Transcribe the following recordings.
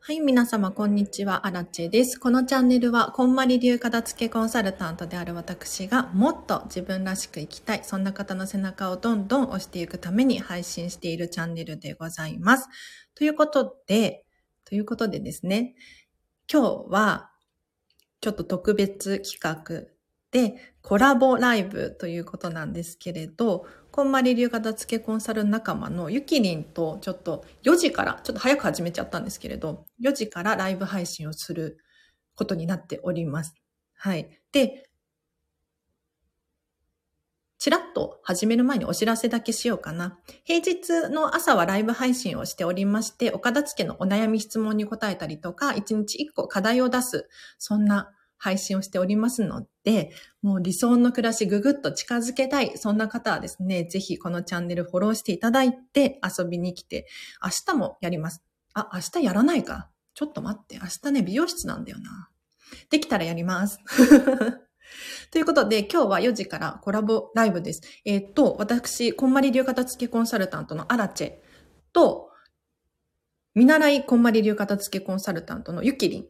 はい、皆様、こんにちは。アラチェです。このチャンネルは、こんまり流片付けコンサルタントである私が、もっと自分らしく生きたい、そんな方の背中をどんどん押していくために配信しているチャンネルでございます。ということで、ということでですね、今日は、ちょっと特別企画で、コラボライブということなんですけれど、こんまり流片付けコンサル仲間のゆきりんとちょっと4時から、ちょっと早く始めちゃったんですけれど、4時からライブ配信をすることになっております。はい。で、ちらっと始める前にお知らせだけしようかな。平日の朝はライブ配信をしておりまして、お片付けのお悩み質問に答えたりとか、1日1個課題を出す、そんな配信をしておりますので、もう理想の暮らしぐぐっと近づけたい、そんな方はですね、ぜひこのチャンネルフォローしていただいて遊びに来て、明日もやります。あ、明日やらないか。ちょっと待って、明日ね、美容室なんだよな。できたらやります。 ということで、今日は4時からコラボライブです。えーっと、私、こんまり流片付けコンサルタントのアラチェと、見習いこんまり流片付けコンサルタントのゆきりん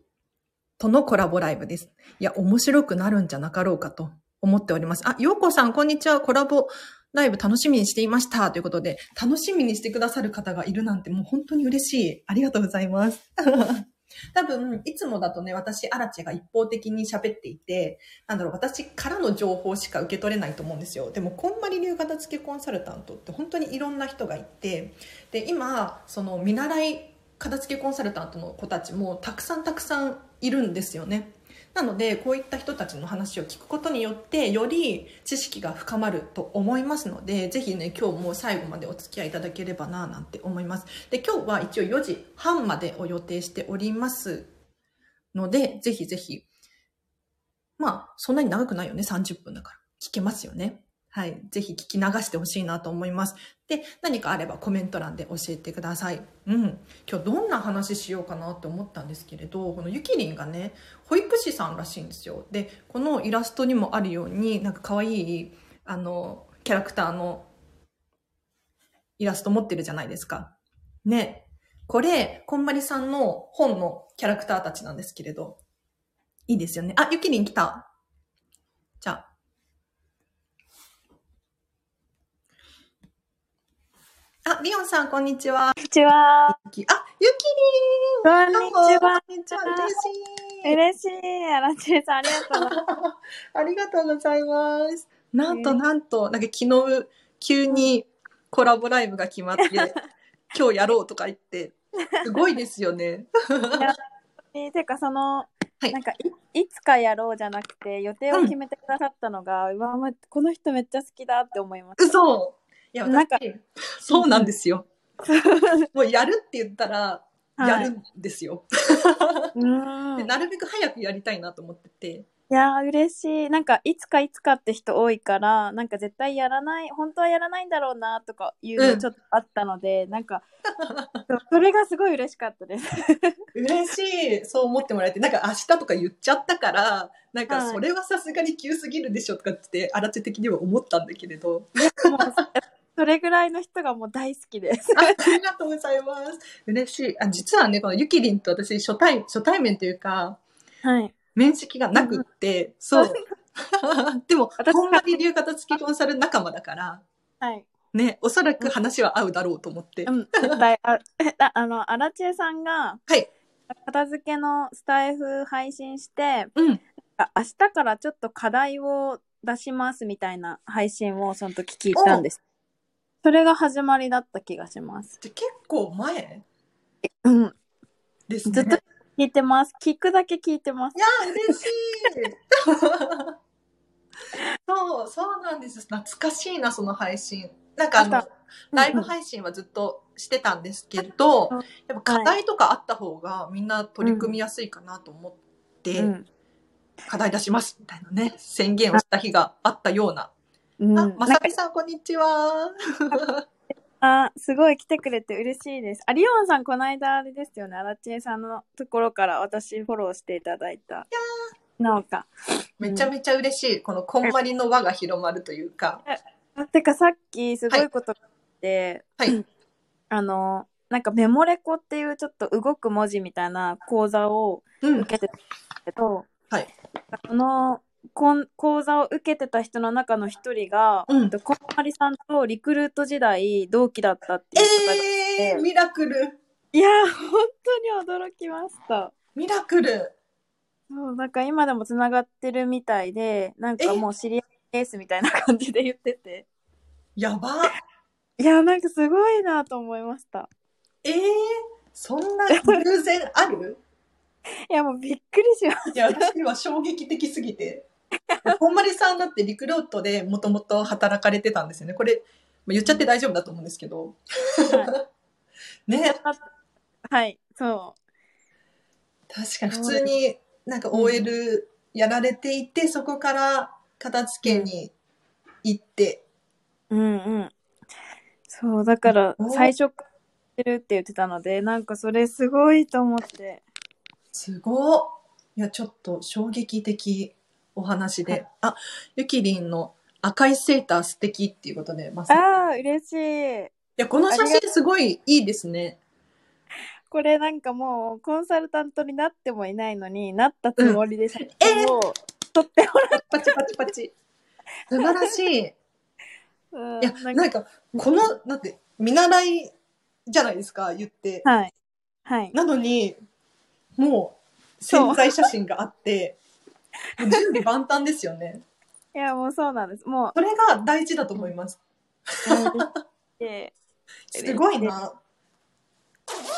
とのコラボライブです。いや、面白くなるんじゃなかろうかと思っております。あ、ようこさん、こんにちは。コラボライブ楽しみにしていました。ということで、楽しみにしてくださる方がいるなんてもう本当に嬉しい。ありがとうございます。 多分、いつもだとね、私、アラチェが一方的に喋っていて、なんだろう、私からの情報しか受け取れないと思うんですよ。でも、こんまり流型付けコンサルタントって本当にいろんな人がいて、で、今、その見習い片付けコンサルタントの子たちもたくさんたくさんいるんですよね。なのでこういった人たちの話を聞くことによってより知識が深まると思いますのでぜひね今日も最後までお付き合いいただければななんて思います。で今日は一応4時半までを予定しておりますのでぜひぜひまあそんなに長くないよね30分だから聞けますよね。はい。ぜひ聞き流してほしいなと思います。で、何かあればコメント欄で教えてください。うん。今日どんな話しようかなって思ったんですけれど、このゆきりんがね、保育士さんらしいんですよ。で、このイラストにもあるように、なんか可愛い、あの、キャラクターのイラスト持ってるじゃないですか。ね。これ、こんまりさんの本のキャラクターたちなんですけれど、いいですよね。あ、ゆきりん来た。じゃあ。あ、リオンさん、こんにちは。こんにちは。あ、ゆきりーん。こんにちは。こんにちは。嬉しい。嬉しい。あらちえさん、ありがとうございます。 ありがとうございます。なんとなんと、なんか昨日、急にコラボライブが決 まって、今日やろうとか言って、すごいですよ ね。えー、てか、その、はいなんかい、いつかやろうじゃなくて、予定を決めてくださったのが、うわ、もうこの人めっちゃ好きだって思いました。嘘いや、なんか私、そうなんですよ。もうやるって言ったら、やはいるんですよ。うん。でいなるべく早くやりたいなと思ってて。やー、嬉しい。なんか、いつかいつかって人多いから、なんか絶対やらない、本当はやらないんだろうな、とかいううのんちょっとあったので、なん か、そうそれがすごい嬉しかったです。嬉しいそう思ってもらえてなんか明日とか言っちゃったからなんはかいそれはさすがに急すぎるでしょとかって荒地的には思ったんだけれどもうそれぐらいの人がもう大好きです。あありがとうございます嬉しいあ実はねこのゆきりんと私初対初対面というかはい。面識がなくって、そうでも私こんまり流型付きコンサル仲間だからはい。ねおそらく話は合うだろうと思って、うん、絶対。あ、 ああの、アラチエさんが、はい片付けのスタイフ配信して、うんあ明日からちょっと課題を出しますみたいな配信をその時聞いたんです。それが始まりだった気がします。じゃ結構前うん。ですずねっと聞いてます。聞くだけ聞いてますい。やー、嬉 しい。そう、そうなんです。懐かしいな、その配信。なんかあなんのか、ライブ配信はずっとしてたんですけどうん、やっぱ課題とかあった方がみんな取り組みやすいかなと思って、うん。課題出しますみたいなね、宣言をした日があったような。うん。あ、まなんさかみさん、こんにちは。あ、すごい来てくれて嬉しいです。あ、リオンさん、この間あれですよね。アラチエさんのところから私フォローしていただいた。なんか。めちゃめちゃ嬉しい。このこんまりの輪が広まるというか。あてかさっきすごいことがあって、はい。あの、なんかメモレコっていうちょっと動く文字みたいな講座をうん。受けてたんですけど、はい。そのこん講座を受けてた人の中の一人が、うんとこんまりさんとリクルート時代同期だったっていう方が、えー、ミラクル。いやー、本当に驚きました。ミラクル。そう、なんか今でもつながってるみたいで、なんかもう知り合いですみたいな感じで言ってて。やば。いや、なんかすごいなと思いました。えー、そんな偶然あるいや、もうびっくりしま しいや、私には衝撃的すぎ て。こんまりさんだってリクルートでもともと働かれてたんですよね。これ、まあ言っちゃって大丈夫だと思うんですけど。はね、た。はい、そ確かに普通になんか OL やられていて、そこから片付けに行って。う。うんうん。そう、だからお最初から知ってるって言ってたので、なんかそれすごいと思って。すごっいや、ちょっと衝撃的お話で。あ、ゆきりんの赤いセーター素敵っていうことで、まさいああ、嬉しい。や、この写真すごいいいですね。これなんかもうコンサルタントになってもいないのになったつもりで写真を撮ってもらっパチパチパチ。素晴らし い。いた。うんや、なんか、この、だって、見習いじゃないですか、言って。はい。はい。なのに、もう、潜在写真があって、もう準備万端ですよね。いや、もうそうなんです。 もそれが大事だと思います。う、で、すごいな。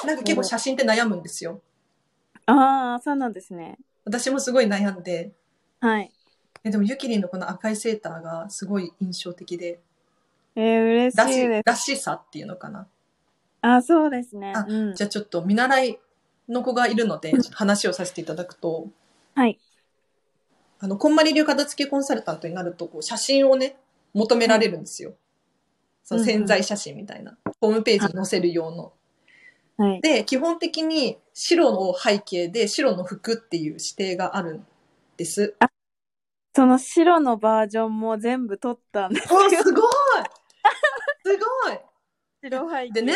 なんか結構写真って悩むんですよ。ああ、そうなんですね。私もすごい悩んで、はい。えでもゆきりんのこの赤いセーターがすごい印象的で、えー、ら嬉ししいです。らしさっていうのかな。あ、そうですね。あうんじ。ゃあちょっと見習いの子がいるので、ちょっと話をさせていただくと、はい。あの、こんまり流片付けコンサルタントになると、こう写真をね、求められるんですよ。その潜在写真みたいな。ホームページに載せる用の。はい。で、基本的に白の背景で白の服っていう指定があるんです。その白のバージョンも全部撮ったんで す。おすごいすごい白 背景でね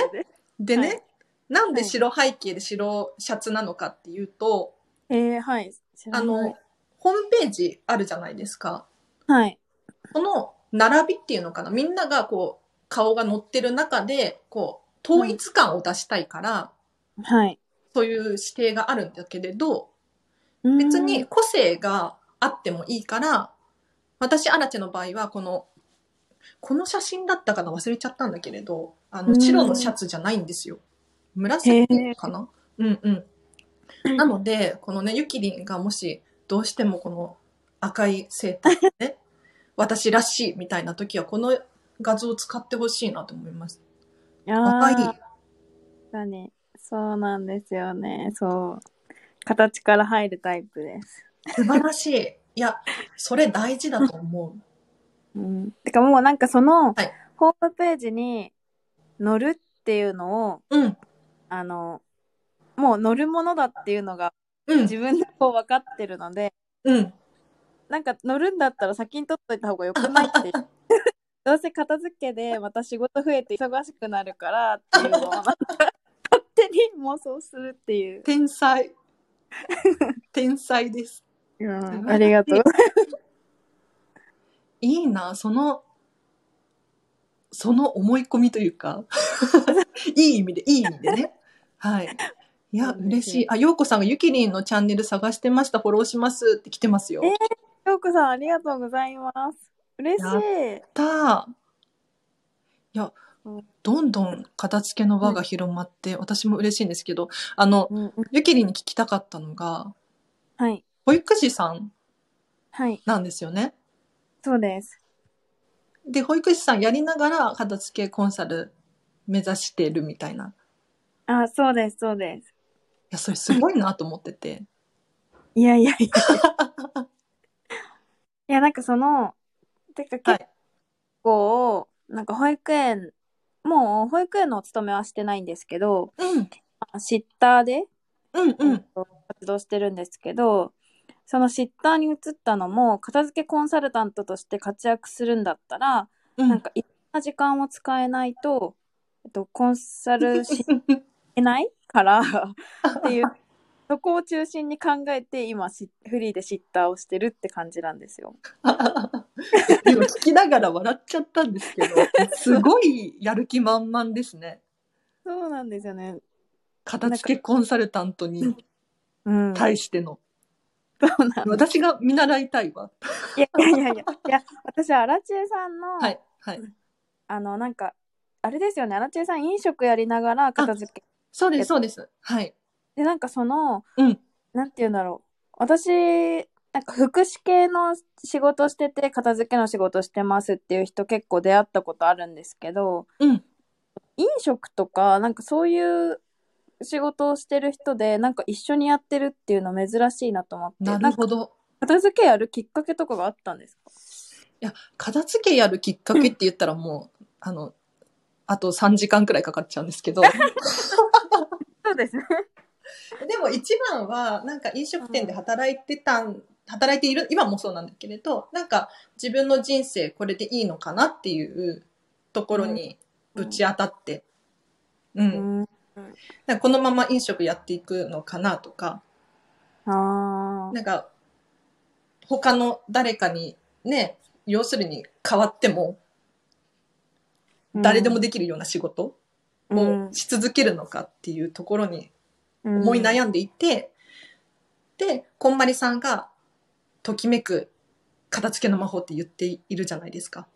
でね、はいなんで白背景で白シャツなのかっていうと、えー、はい。知らあないの、、ホームページあるじゃないですか。はい。その並びっていうのかな。みんながこう、顔が載ってる中で、こう、統一感を出したいから、はい。そういう指定があるんだけれど、うーん別に、個性があってもいいから、私、アラチェの場合は、この、この写真だったかな忘れちゃったんだけれど、あうの、ん白のシャツじゃないんですよ。紫かなうんうん。なので、このね、ゆきりんがもし、どうしてもこの赤いセーター ね、私らしいみたいな時は、この画像を使ってほしいなと思います。あ赤あ、い。確かに。そうなんですよね。そう。形から入るタイプです。素晴らしい。いや、それ大事だと思う。うん。てかもうなんかその、はいホームページに乗るっていうのを、うん。あの、もう乗るものだっていうのがうん。自分でこう分かってるので、うん。なんか乗るんだったら先に取っといた方がよくないっていう。どうせ片付けでまた仕事増えて忙しくなるからっていうのをなんか勝手に妄想するっていう。天才。天才です。うん、ありがとう。いいな、その、その思い込みという か、いい意味で、いい意味でね。はい。いや、そうで嬉すねしい。あ、ようこさんがゆきりんのチャンネル探してました、フォローしますって来てますよ。えやっようこさんありがとうございます。嬉しい。たーいや、どんどん片付けの輪が広まって、私も嬉しいんですけど、あの、うん、ゆきりんに聞きたかったのが、はい。保育士さんはい。なんですよね。そうです。で、保育士さんやりながら片付けコンサル目指してるみたいな。あ、そうです、そうです。いや、それすごいなと思ってて。いやい やいや。いや、なんかその、てかは結い。構、なんか保育園、もう保育園のお勤めはしてないんですけど、うん。まあシッターで、うんうん。活動してるんですけど、そのシッターに移ったのも、片付けコンサルタントとして活躍するんだったら、うん。なんかいろんな時間を使えないと、えっと、コンサルしないからって いう、そこを中心に考えて、今し、フリーでシッターをしてるって感じなんですよ。今聞きながら笑っちゃったんですけど、すごいやる気満々ですね。そうなんですよね。片付けコンサルタントにうん。対しての。そうな ん私が見習いたいわ。いやいやいやいや、いや私、アラチエさんの、はい、はい。あの、なんか、あれですよね、アラチエさん飲食やりながら片付け。そうです、そうです。はい。で、なんかその、うん。なんて言うんだろう。私、なんか福祉系の仕事してて、片付けの仕事してますっていう人結構出会ったことあるんですけど、うん。飲食とか、なんかそういう仕事をしてる人で、なんか一緒にやってるっていうの珍しいなと思って、ななるんかほど。片付けやるきっかけとかがあったんですかいや、片付けやるきっかけって言ったらもう、あの、あと3時間くらいかかっちゃうんですけど、そうですね。でも一番はなんか飲食店で働いてたん、働いている今もそうなんだけれどなんか自分の人生これでいいのかなっていうところにぶち当たって、うんうん。なんかこのまま飲食やっていくのかなとかあなんか他の誰かにね要するに変わってもー誰でもできるような仕事うんをし続けるのかっていうところに思いうん悩んでいて、でこんまりさんが「ときめく片付けの魔法」って言っているじゃないですか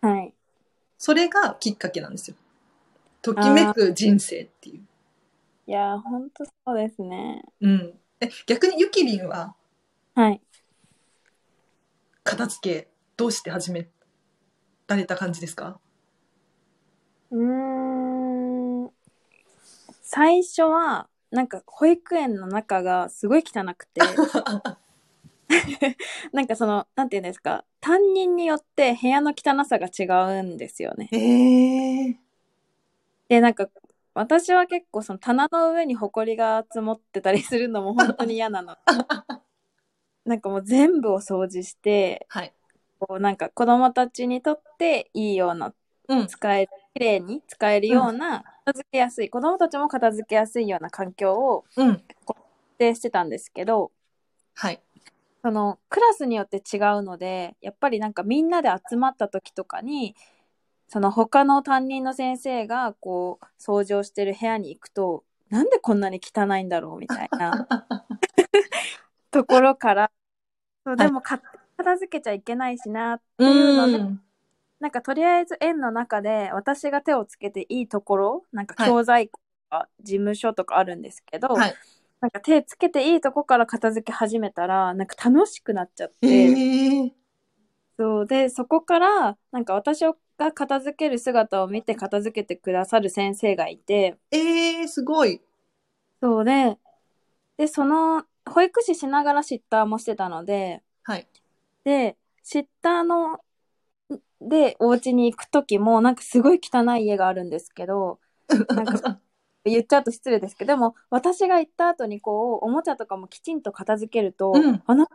はい。それがきっかけなんですよときめく人生っていう、いやー、ほんとそうですね。うん、え逆にゆきりんははい。片付けどうして始められた感じですかうーん最初はなんか保育園の中がすごい汚くて なんかそのなんていうんですか担任によって部屋の汚さが違うんですよね。へえでなんか私は結構その棚の上に埃が積もってたりするのも本当に嫌なの。なんかもう全部を掃除してはいこうなんか子供たちにとっていいようなうん使え綺麗に使えるような片付けやすい子供たちも片付けやすいような環境をうん設定してたんですけどはいそのクラスによって違うのでやっぱりなんかみんなで集まった時とかにその他の担任の先生がこう掃除をしてる部屋に行くとなんでこんなに汚いんだろうみたいなとこ ろからそうでもか片付けちゃいけないしなっていうのでんなんかとりあえず園の中で私が手をつけていいところなんかはい教材庫とか事務所とかあるんですけど、はいなんか手つけていいとこから片付け始めたらなんか楽しくなっちゃって、へえそうでそこからなんか私が片付ける姿を見て片付けてくださる先生がいてえー、すごいそうででその保育士しながらシッターもしてたのではいで、シッターの、で、お家に行くときも、なんかすごい汚い家があるんですけど、なん か言っちゃうと失礼ですけど、でも、私が行った後にこう、おもちゃとかもきちんと片付けると、うんあの、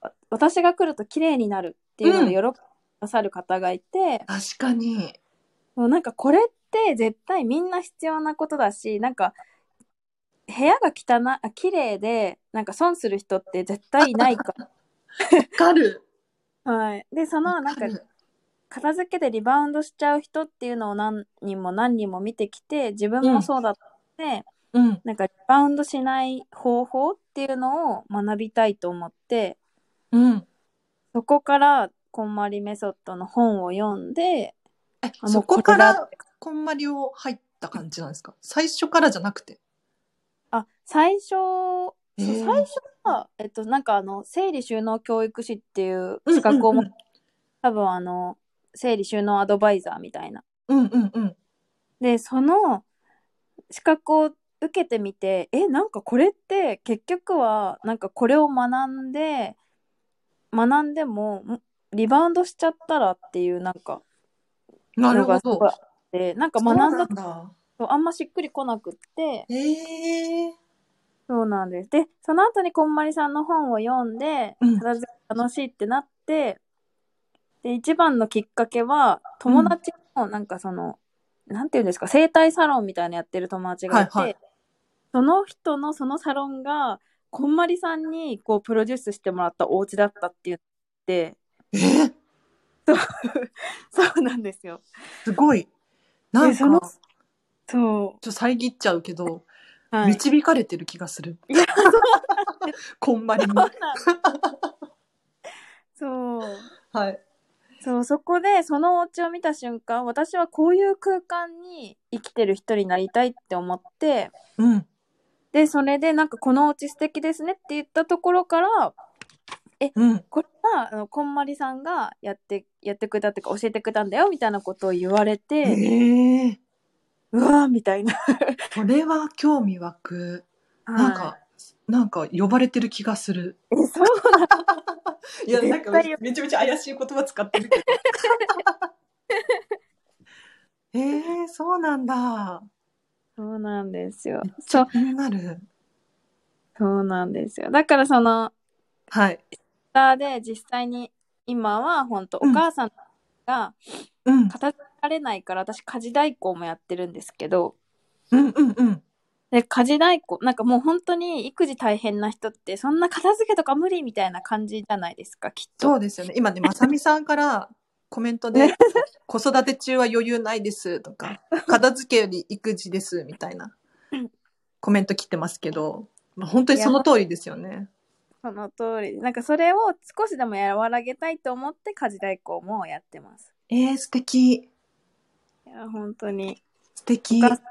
わ私が来ると綺麗になるっていうので喜うんでくださる方がいて、確かにもうなんかこれって絶対みんな必要なことだし、なんか、部屋が汚い、あ綺麗で、なんか損する人って絶対いないかわかる ら。はい。で、その、なんかわ、る片付けでリバウンドしちゃう人っていうのを何人も何人も見てきて自分もそうだったので、うんなんかリバウンドしない方法っていうのを学びたいと思ってうんそこからこんまりメソッドの本を読んでえあそこもうかれだらってこんまりを入った感じなんですか最初からじゃなくて。あ最初へそうー最初は、えっと、なんかあの整理収納教育士っていう資格を持っ多分あの整理収納アドバイザーみたいなうんうんうん。でその資格を受けてみてえなんかこれって結局はなんかこれを学んで学んでもんリバウンドしちゃったらっていうなんかなるほのがどす。ごいあってなんかそうな学んんだだ。とあんましっくりこなくってええそうなんですでその後にこんまりさんの本を読んでうん片付け楽しいってなってで一番のきっかけは友達のなんかその、なんていうんですか、整体サロンみたいなやってる友達がいて、はいはいその人のそのサロンが、こんまりさんにこうプロデュースしてもらったお家だったって言って、えそうなんですよ。すごい。なんでそのか、そちょっと遮っちゃうけど、う。はい。導かれてる気がする。 こんまりに。そうなんですそう。はい。そう、そこでそのお家を見た瞬間、私はこういう空間に生きてる人になりたいって思って、うん。で、それでなんかこのお家素敵ですねって言ったところから、うん。これは、あの、こんまりさんがやって、やってくれたっていうか教えてくれたんだよみたいなことを言われて、ええうわーみたいな。これは興味湧く。なんか、なんか呼ばれてる気がする。はい、えそう いや、なんか絶対よめちゃめちゃ怪しい言葉使ってるけど。 ええそうなんだ。そうなんですよめっ。ちそゃう、気になる。そうなんですよ。だからその、はい。ツイッターで実際に今は本当お母さんがうん。片付けられないから、私家事代行もやってるんですけどうんうんうん。で家事代行なんかもう本当に育児大変な人ってそんな片付けとか無理みたいな感じじゃないですかきっそとうですよね。今ね、まさみさんからコメントで、 子育て中は余裕ないですとか、片付けより育児ですみたいなコメント来てますけど、まあ、本当にその通りですよね。その通りなんかそれを少しでも和らげたいと思って家事代行もやってますえー、素敵。いや本当に素敵。いおや母さん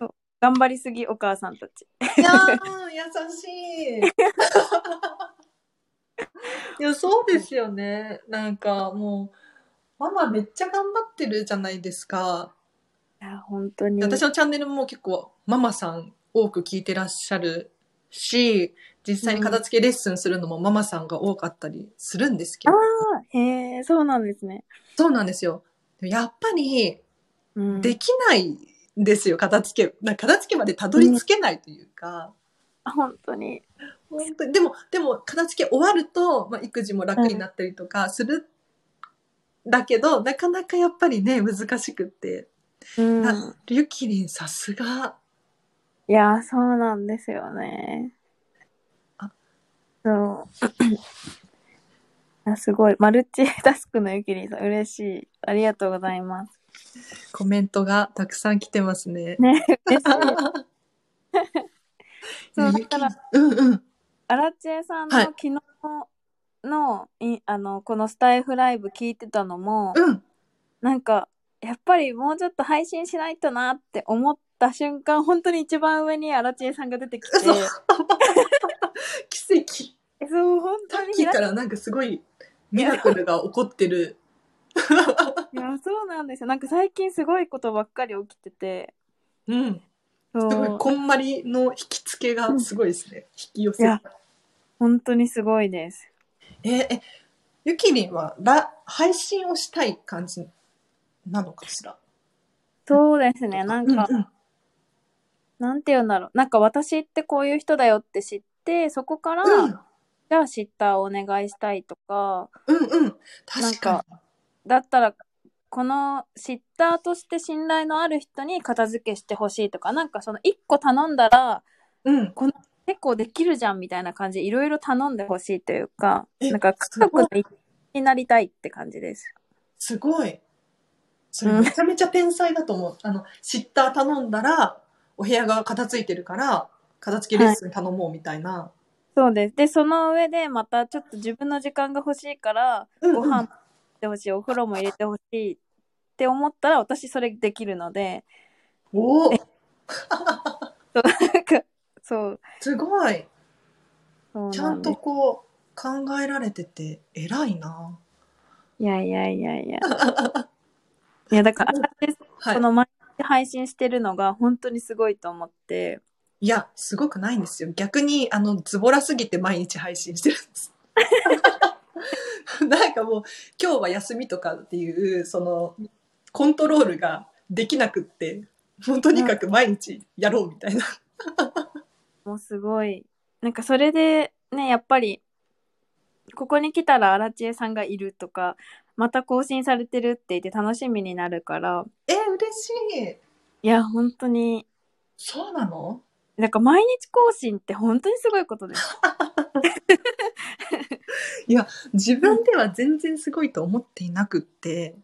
そう頑張りすぎお母さんたちー、 優しい。いや、そうですよね。なんかもう、ママめっちゃ頑張ってるじゃないですか。いや本当に私のチャンネルも結構ママさん多く聞いてらっしゃるし実際に片付けレッスンするのもママさんが多かったりするんですけど、あへえそうなんですね、そうなんですよでもやっぱりうん、できないんですよ片付けなんか片付けまでたどり着けないというか、本当に本当にでもでも片付け終わると、まあ、育児も楽になったりとかする、だけどなかなかやっぱりね難しくって、うんあゆきりんさすがいやー、そうなんですよねあ。 そう。あすごい。マルチタスクのゆきりんさん、嬉しい。ありがとうござ います。コメントがたくさん来てます ね。ね、嬉しい。いやそうゆきだからうんうん。アラチエさんのはい昨日の、い、あの、このスタイフライブ聞いてたのも、うん。なんか、やっぱりもうちょっと配信しないとなって思った瞬間、本当に一番上にアラチエさんが出てきて、嘘奇跡。えそう、本さ当っにき開かいらなんかすごいミラクルが起こってる。いや、そうなんですよ。なんか最近すごいことばっかり起きてて、うん。そすごいうこんまりの引き付けがすごいですね。引き寄せい。や本当にすごいです。えーえ、ゆきりんはら配信をしたい感じなのかしら。そうですね。なんか、うんうんなんて言うんだろう。なんか私ってこういう人だよって知って、そこから、うんじゃあシッターをお願いしたいとか、うんうん。確かだったら、このシッターとして信頼のある人に片付けしてほしいとか、なんかその一個頼んだらに。うん。結構できるじゃんみたいな感じでいろいろ頼んでほしいというか、えなんか家族の一員になりたいって感じです。すごい。それめちゃめちゃ天才だと思う。あの、シッター頼んだら、お部屋が片付いてるから、片付けレッスン頼もうみたいな。そうです。で、その上でまたちょっと自分の時間が欲しいから、うんうんご飯も入れてほしい、お風呂も入れてほしいって思ったら、私それできるので、おおなんか、そう。すごいそうちゃなんでとこう、考えられてて、偉いな。いやいやいやい や。いや、だから、私はいこ。の毎日配信してるのが本当にすごいと思って、いや、すごくないんですよ。逆に、あの、ズボラすぎて毎日配信してるんです。 なんかもう、今日は休みとかっていう、その、コントロールができなくって、もうとにかく毎日やろうみたいな。もうすごい。なんかそれで、ね、やっぱり、ここに来たら荒知恵さんがいるとか、また更新されてるって言って楽しみになるから、え、嬉しい。いや、本当に、そうなのなんか毎日更新って本当にすごいことです。自分では全然すごいと思っていなくって、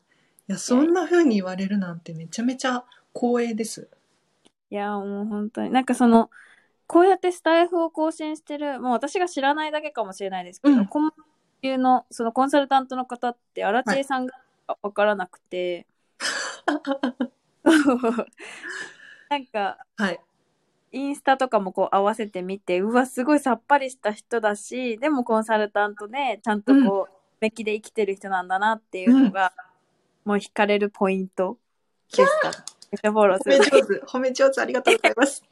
いや、そんな風に言われるなんてめちゃめちゃ光栄です。いや、もう本当に、なんかその、こうやってスタイフを更新してる、もう私が知らないだけかもしれないですけど、うんコンビニの、そのコンサルタントの方って、アラチェさんがわからなく て、なんか、はい。インスタとかもこう合わせてみて、うわ、すごいさっぱりした人だし、でもコンサルタントで、ちゃんとこう、目利で生きてる人なんだなっていうのが、もう惹かれるポイントでした。めっちゃフォロ ー褒すめる。上手、褒め上手ありがとうございます。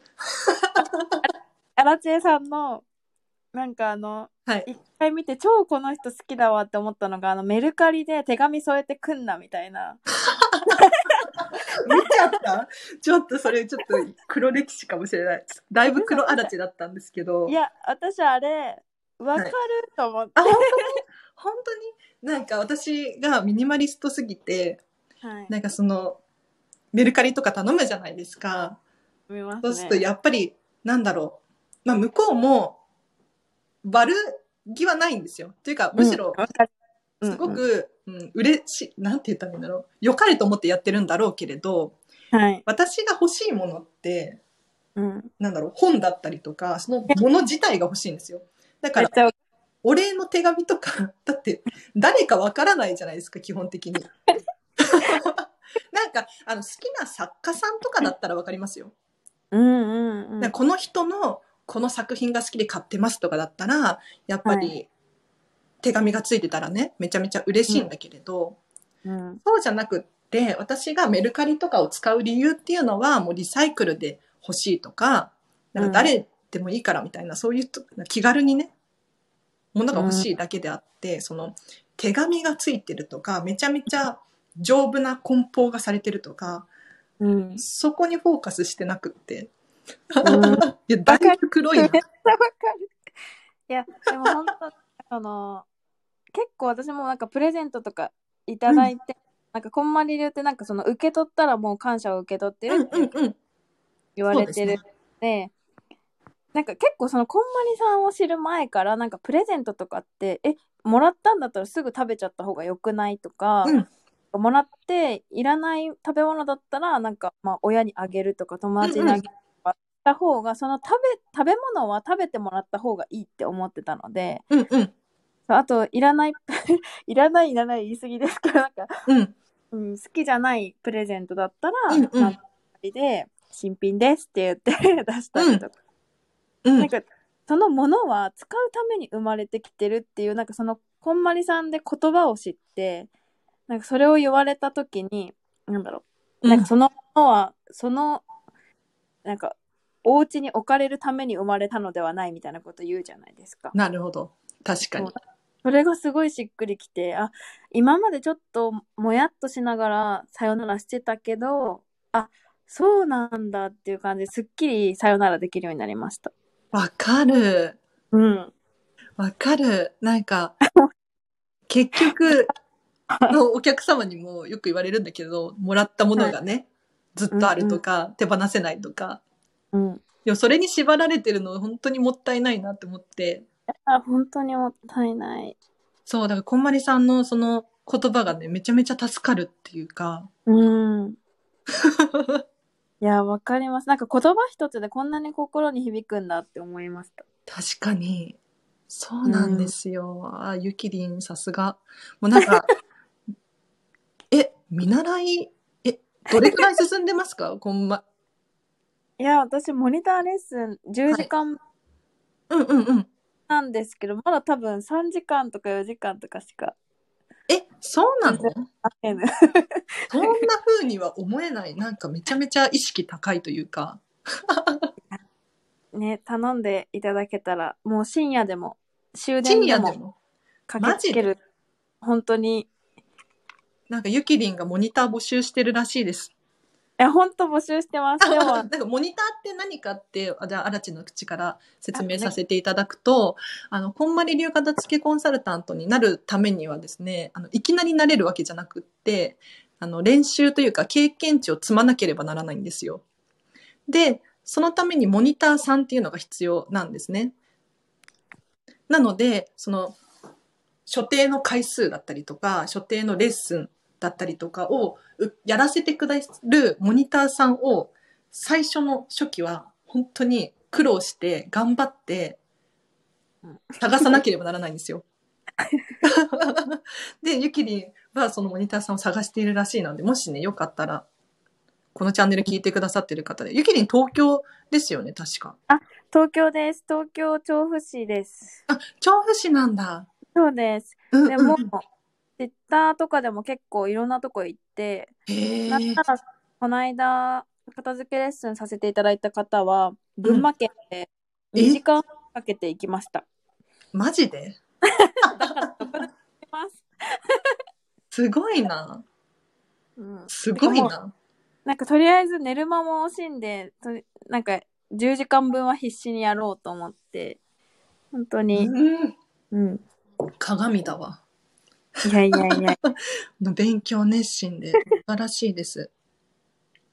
アラチェさんの、なんかあの、 はい。一回見て、超この人好きだわって思ったのが、あの、メルカリで手紙添えてくんなみたいな。見ちゃったちょっとそれちょっと黒歴史かもしれない。だいぶ黒あらちだったんですけど。いや、私あれ、わかると思って。あ、本当に本当になんか私がミニマリストすぎて、はい。なんかその、メルカリとか頼むじゃないですか。見ますね。そうするとやっぱり、なんだろう。まあ、向こうも、悪気はないんですよ。というか、むしろうん、わかるすごうんく、うん、嬉しい、なんて言ったらいいんだろう。良かれと思ってやってるんだろうけれど、うんはい。私が欲しいものって、うん。なんだろう、本だったりとか、そのもの自体が欲しいんですよ。だかめっら、ちゃお礼の手紙とか、 だって、誰かわからないじゃないですか、基本的に。 なんか、あの、好きな作家さんとかだったらわかりますよ。うんうんうん。なんかこの人のこの作品が好きで買ってますとかだったらやっぱはり手紙がついてたらねめちゃめちゃ嬉しいんだけれど、うん、そうじゃなくって私がメルカリとかを使う理由っていうのはもうリサイクルで欲しいとかなんか誰でもいいからみたいな、そういうと気軽にねものが欲しいだけであって、その手紙がついてるとかめちゃめちゃ丈夫な梱包がされてるとかうん。そこにフォーカスしてなくって。ん いや、だいぶ黒いめなっち。ゃわかる。いや、でも本当、あの、結構私もなんかプレゼントとかいただいて、なんかこんまり流ってなんかその受け取ったらもう感謝を受け取ってうるっんうんてうん。言われてるので、なんか結構そのこんまりさんを知る前からなんかプレゼントとかって、え、もらったんだったらすぐ食べちゃった方が良くないとか、うんもらっていらない食べ物だったらなんかまあ親にあげるとか友達にあげるとかした方がその食べ食べ物は食べてもらった方がいいって思ってたのでうんうんあといらない いらないいらない言い過ぎですけどなんか、うん。うん、好きじゃないプレゼントだったら、うんうんなんかで新品ですって 言って出したりとか、うん。うなんんかそのものは使うために生まれてきてるっていうなんかそのこんまりさんで言葉を知ってなんかそれを言われた時になんだろうなんかそのものは、その、なんか、お家に置かれるために生まれたのではないみたいなこと言うじゃないですか。なるほど。確かに。それがすごいしっくりきて、あ、今までちょっともやっとしながらさよならしてたけど、あ、そうなんだっていう感じですっきりさよならできるようになりました。わかる。うん。わかる。なん か、結局、のお客様にもよく言われるんだけど、もらったものがね、ずっとあるとか、手放せないとか。うん。でもそれに縛られてるの本当にもったいないなって思って。あ、本当にもったいない。そう、だからこんまりさんのその言葉がね、めちゃめちゃ助かるっていう か。うん。いや、わかります。なんか言葉一つでこんなに心に響くんだって思いました。確かに。そうなんですよ。あ、ゆきりん、さすが。もうなん か、え、見習い、え、どれくらい進んでますか こんま。いや、私、モニターレッスン10時間うんうんうん。なんですけど、まだ多分3時間とか4時間とかしかえ、そうなのあってぬ。 そんな風には思えない。なんかめちゃめちゃ意識高いというか。ね、頼んでいただけたら、もう深夜でも、終電深で夜でもも。駆けつける。本当に、なんかゆきりんがモニター募集してるらしいです。や、本当募集してます。で なんも、かモニターって何かって、あじゃあ、荒地の口から説明させていただくと、あの、こんまり流片付けコンサルタントになるためにはですね、あの、いきなりなれるわけじゃなくって、あの、練習というか経験値を積まなければならないんですよ。で、そのためにモニターさんっていうのが必要なんですね。なので、その、所定の回数だったりとか、所定のレッスンだったりとかをうやらせてくださるモニターさんを最初の初期は本当に苦労して頑張ってうん探さなければならないんで すよ。で、ゆきりんはそのモニターさんを探しているらしいので、もしね、よかったら、このチャンネル聞いてくださってる方で、ゆきりん東京ですよね、確か。東京です。東京調布市です。調布市なんだ。そうです。うん、うん。でも、ツイッターとかでも結構いろんなとこ行って、へなんーなら、この間、片付けレッスンさせていただいた方は、群馬県でうんえ2時間かけて行きました。マジで行きます。すごいな。うんすごいな。なんかとりあえず寝る間も惜しんで、とりなんか10時間分は必死にやろうと思って、本当に、うん。うん。鏡だわ。いやいやいや、 の勉強熱心で、素晴らしいです。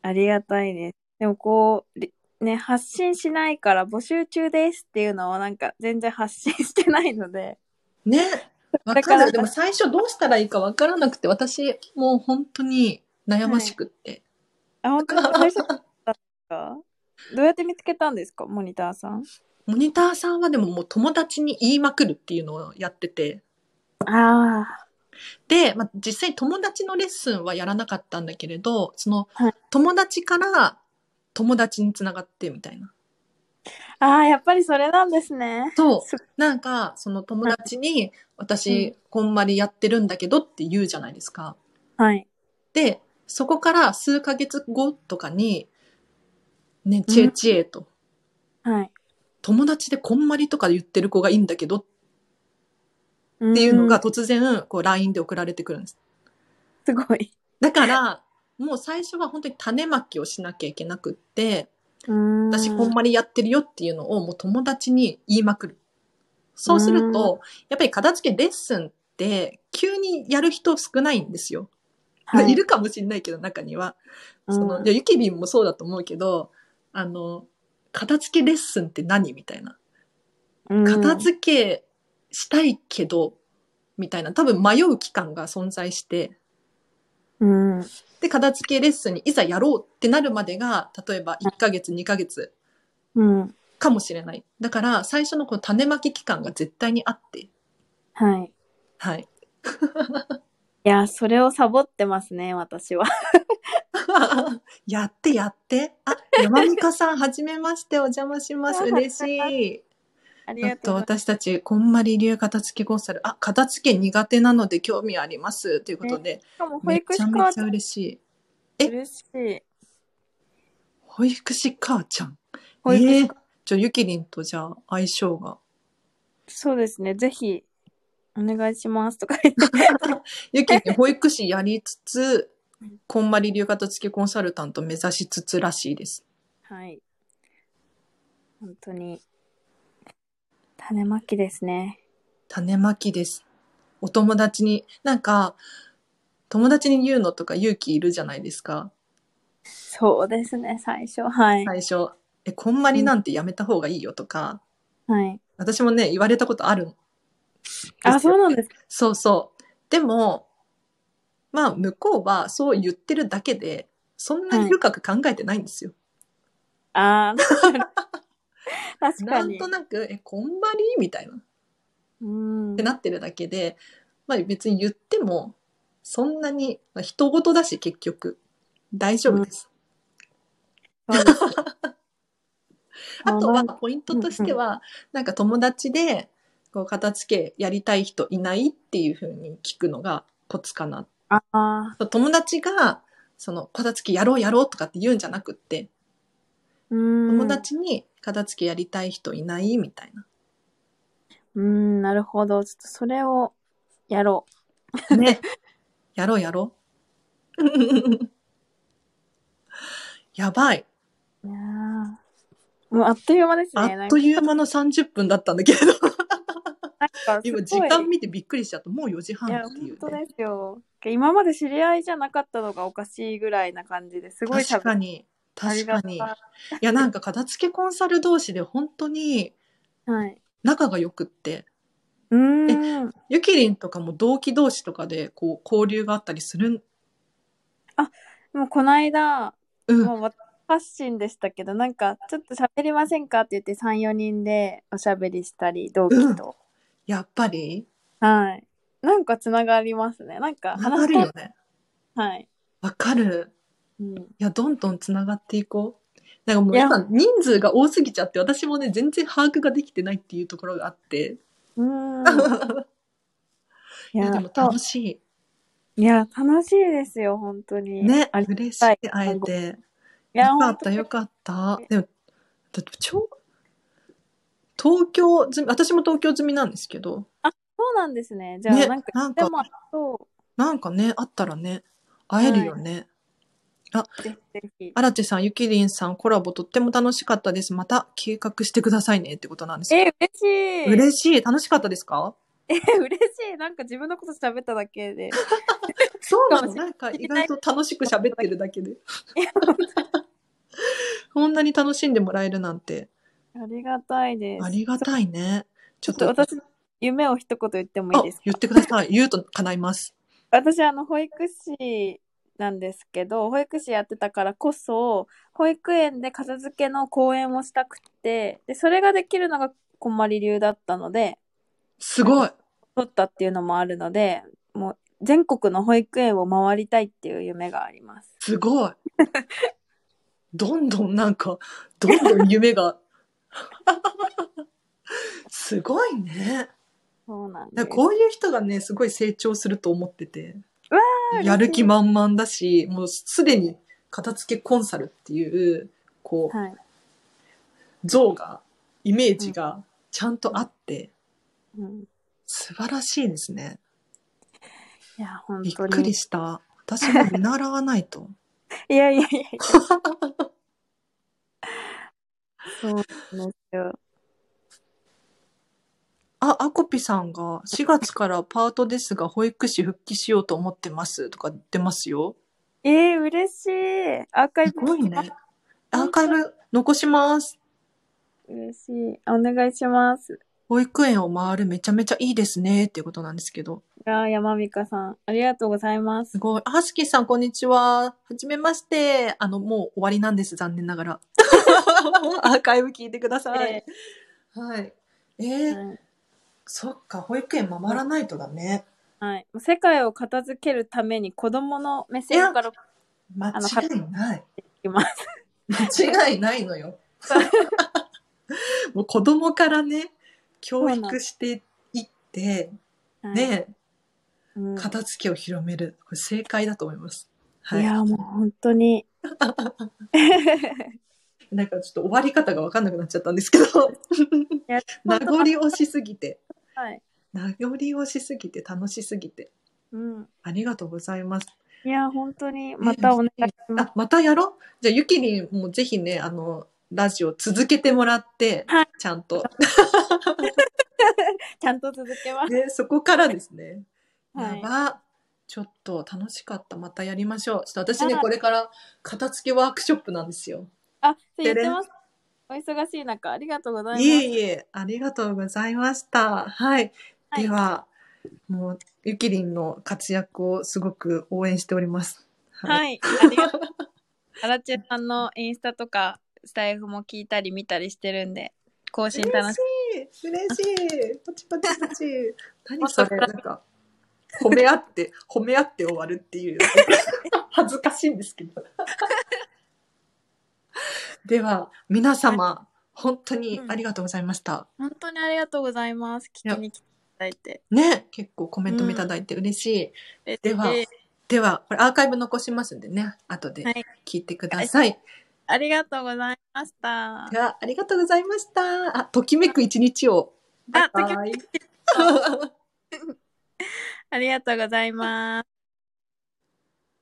ありがたいです。でもこう、りね、発信しないから募集中ですっていうのをなんか全然発信してないので、ね。われかからる。でも最初どうしたらいいかわからなくて、私、もう本当に悩ましくって。あ、本当に最初だったんですかどうやって見つけたんですかモニターさん。モニターさんはでももう友達に言いまくるっていうのをやってて。あで、まあ、実際友達のレッスンはやらなかったんだけれど、そのはい友達から友達につながってみたいな。あ、ああ、やっぱりそれなんですね。そうす。なんか、その友達に、私、こんまりやってるんだけどって言うじゃないですか。はい。で、そこから数ヶ月後とかに、ね、ちえちえと、はい。友達でこんまりとか言ってる子がいいんだけどっっていうのが、突然、こう LINE で送られてくるんです。すごい。だから、もう最初は本当に種まきをしなきゃいけなくって、私こんまりやってるよっていうのをもう友達に言いまくる。そうすると、やっぱり片付けレッスンって急にやる人少ないんですよ。まあい、るかもしれないけど、中には。その、でゆきりんもそうだと思うけど、あの、片付けレッスンって何みたいな。片け、付けしたいけど、みたいな。多分迷う期間が存在して、うんで、片付けレッスンにいざやろうってなるまでが、例えば1ヶ月、2ヶ月うん、かもしれない。だから、最初のこの種まき期間が絶対にあって、はい。 はい。いや、それをサボってますね、私は。やってやって。あ、山美香さん、はじめまして、お邪魔します。 嬉しい。ありえがっと、とうござい私たち、こんまり流片付けコンサル、あ、片付け苦手なので興味あります。ということで、ます。しかも、保めちゃ育士めカーちゃ嬉しい。え嬉しい。保育士母ちゃん。保育士えーじゃあ、ゆきりんとじゃあ、相性が。 そうですね、ぜひ、お願いしますとか 言って。ゆきりん、保育士やりつつ、こんまり流片付けコンサルタント目指しつつらしいです。はい。本当に、種まきですね。種まきです。お友達に、なんか、友達に言うのとか勇気いるじゃないですか。そうですね、最初。はい。最初、え、こんまりなんてやめた方がいいよとか、はい。私もね、言われたことあるんあ、そうなすんよですか。そうそう。でも、まあ、向こうはそう言ってるだけで、そんなに深く考えてないんですよ。あー 確かなんに。となく、え、こんまりみたいな。っうんて。なってるだけで、まあ別に言っても、そんなに、まあ、人事だし結局、大丈夫です。そうですあとは、ポイントとしては、なんか友達で、こう、片付けやりたい人いないっていうふうに聞くのがコツかなああそう友達が、その、片付けやろうやろうとかって言うんじゃなくって、ー、うん。友達に片付けやりたい人いないみたいな。うーん、なるほど。ちょっとそれをやろ ね。やろうやろう。やばい。いやーもうあっという間ですね。あっという間の30分だったんだけ ど、なんか今す時ごい間見てびっくりしちゃった。もう4時半いや、ってい本う当ね、ですよ。今まで知り合いじゃなかったのがおかしいぐらいな感じですごい確かに。に。確かに。いありがや、なんか片付けコンサル同士で本当にはい。仲が良くって、うーん。ゆきりんとかも同期同士とかでこう交流があったりするん、もうこの間、うん。もう私発信でしたけど、なんかちょっと喋りませんかって言って3、4人でおしゃべりしたり、同期と。やっぱり、はい。なんかつながりますね。なんかつながるよとね。はい。わかる。うん。いや、どんどんつながっていこう。なんかもういや今人数が多すぎちゃって、私もね、全然把握ができてないっていうところがあって。うーんいいや、やでもそう楽しいや、楽しいですよ、本当い。に。ね、あり嬉したいい、会えて。いや、よか本っ当た、によかった。でも、だって、超、東京済み、私も東京済みなんですけど、そうなんですね。じゃあ、ね、ななんんか、か、でも、そなんかね、あったらね、会えるよね。う、ぜひぜひ。荒地さん、ゆきりんさん、コラボとっても楽しかったです。また計画してくださいねってことなんですけえ、嬉しど。い。嬉しい。楽しかったですかえ、嬉しい。なんか自分のこと喋っただけで。そうなのそうなんか意外と楽しく喋ってるだけで。 こんなに楽しんでもらえるなんて、ありがたいです。ありがたいね。ちちょょっっと、とあ、私の夢を一言言ってもいいですか言ってください。言うと叶います。私、あの、保育士なんですけど、保育士やってたからこそ、保育園で片付けの講演をしたくて、で、それができるのがこんまり流だったので、すごい。取ったっていうのもあるので、もう、全国の保育園を回りたいっていう夢があります。すごい。どんどんなんか、どんどん夢が。 すごいね。そうなんでだす。からこういう人がね、すごい成長すると思っててうわ。ーやる気満々だし、もうすでに片付けコンサルっていう、こう、はい。像が、イメージがちゃんとあって、うん、素晴らしいですね。いや、本びっ当くりに。した。私も見習わないと。 いやいやいやいや。そうなんですよ。あ、アコピさんが4月からパートですが保育士復帰しようと思ってますとか言ってますよ。えー、嬉しい。アーカイすブごいね。アーカイブ残します。嬉しい。お願いします。保育園を回るめちゃめちゃいいですねっていうことなんですけど。あー山美香さん、ありがとうございますす。ごい。あハスキーさんこんにちは。はじめまして。あの、もう終わりなんです。残念なが ら。アーカイブ聞いてください。えはい。えー、ーそっか、保育園回らないとだね。はい。世界を片付けるために子供の目いや線から行間の違いない。きます。間違いないの よ。もう子供からね、教育していって、はいね、うん片付けを広める。これ正解だと思います。はいい。や、もう本当 に。なんかちょっと終わり方がわかんなくなっちゃったんですけど、や 名残惜しすぎて、はい。名残惜しすぎて、楽しすぎて。うん。ありがとうございます。いや、本当に、またお願いします。あ、またやろうじゃあ、ゆきりんもぜひね、あの、ラジオ続けてもらって、はいちゃんと。ちゃんと続けます。で、そこからですね。はやいば。ちょっと楽しかった。またやりましょう。ちょっと私ね、はいこれから片付けワークショップなんですよ。あ、そう言ってます。お忙しい中、ありがとうございます。いえいえ、ありがとうございました。はい。はいでは、もう、ゆきりんの活躍をすごく応援しております。い。はい、ありがとう。アラチェさんのインスタとか、スタイフも聞いたり見たりしてるんで、更新楽し嬉しい。嬉しい。パチパチパ チ。何まそされ、かなんか、褒め合って、 褒め合って終わるっていう。 恥ずかしいんですけど。 では、皆様、本当にありがとうございました。本当にありがとうございます。聞きに来ていただいて。ね、結構コメントもいただいて嬉しい。ではえーでは、これアーカイブ残しますんでね、後ではい聞いてください。ありがとうございました。では、ありがとうございました。あ、ときめく一日を。あバイバイときめありがとうございます。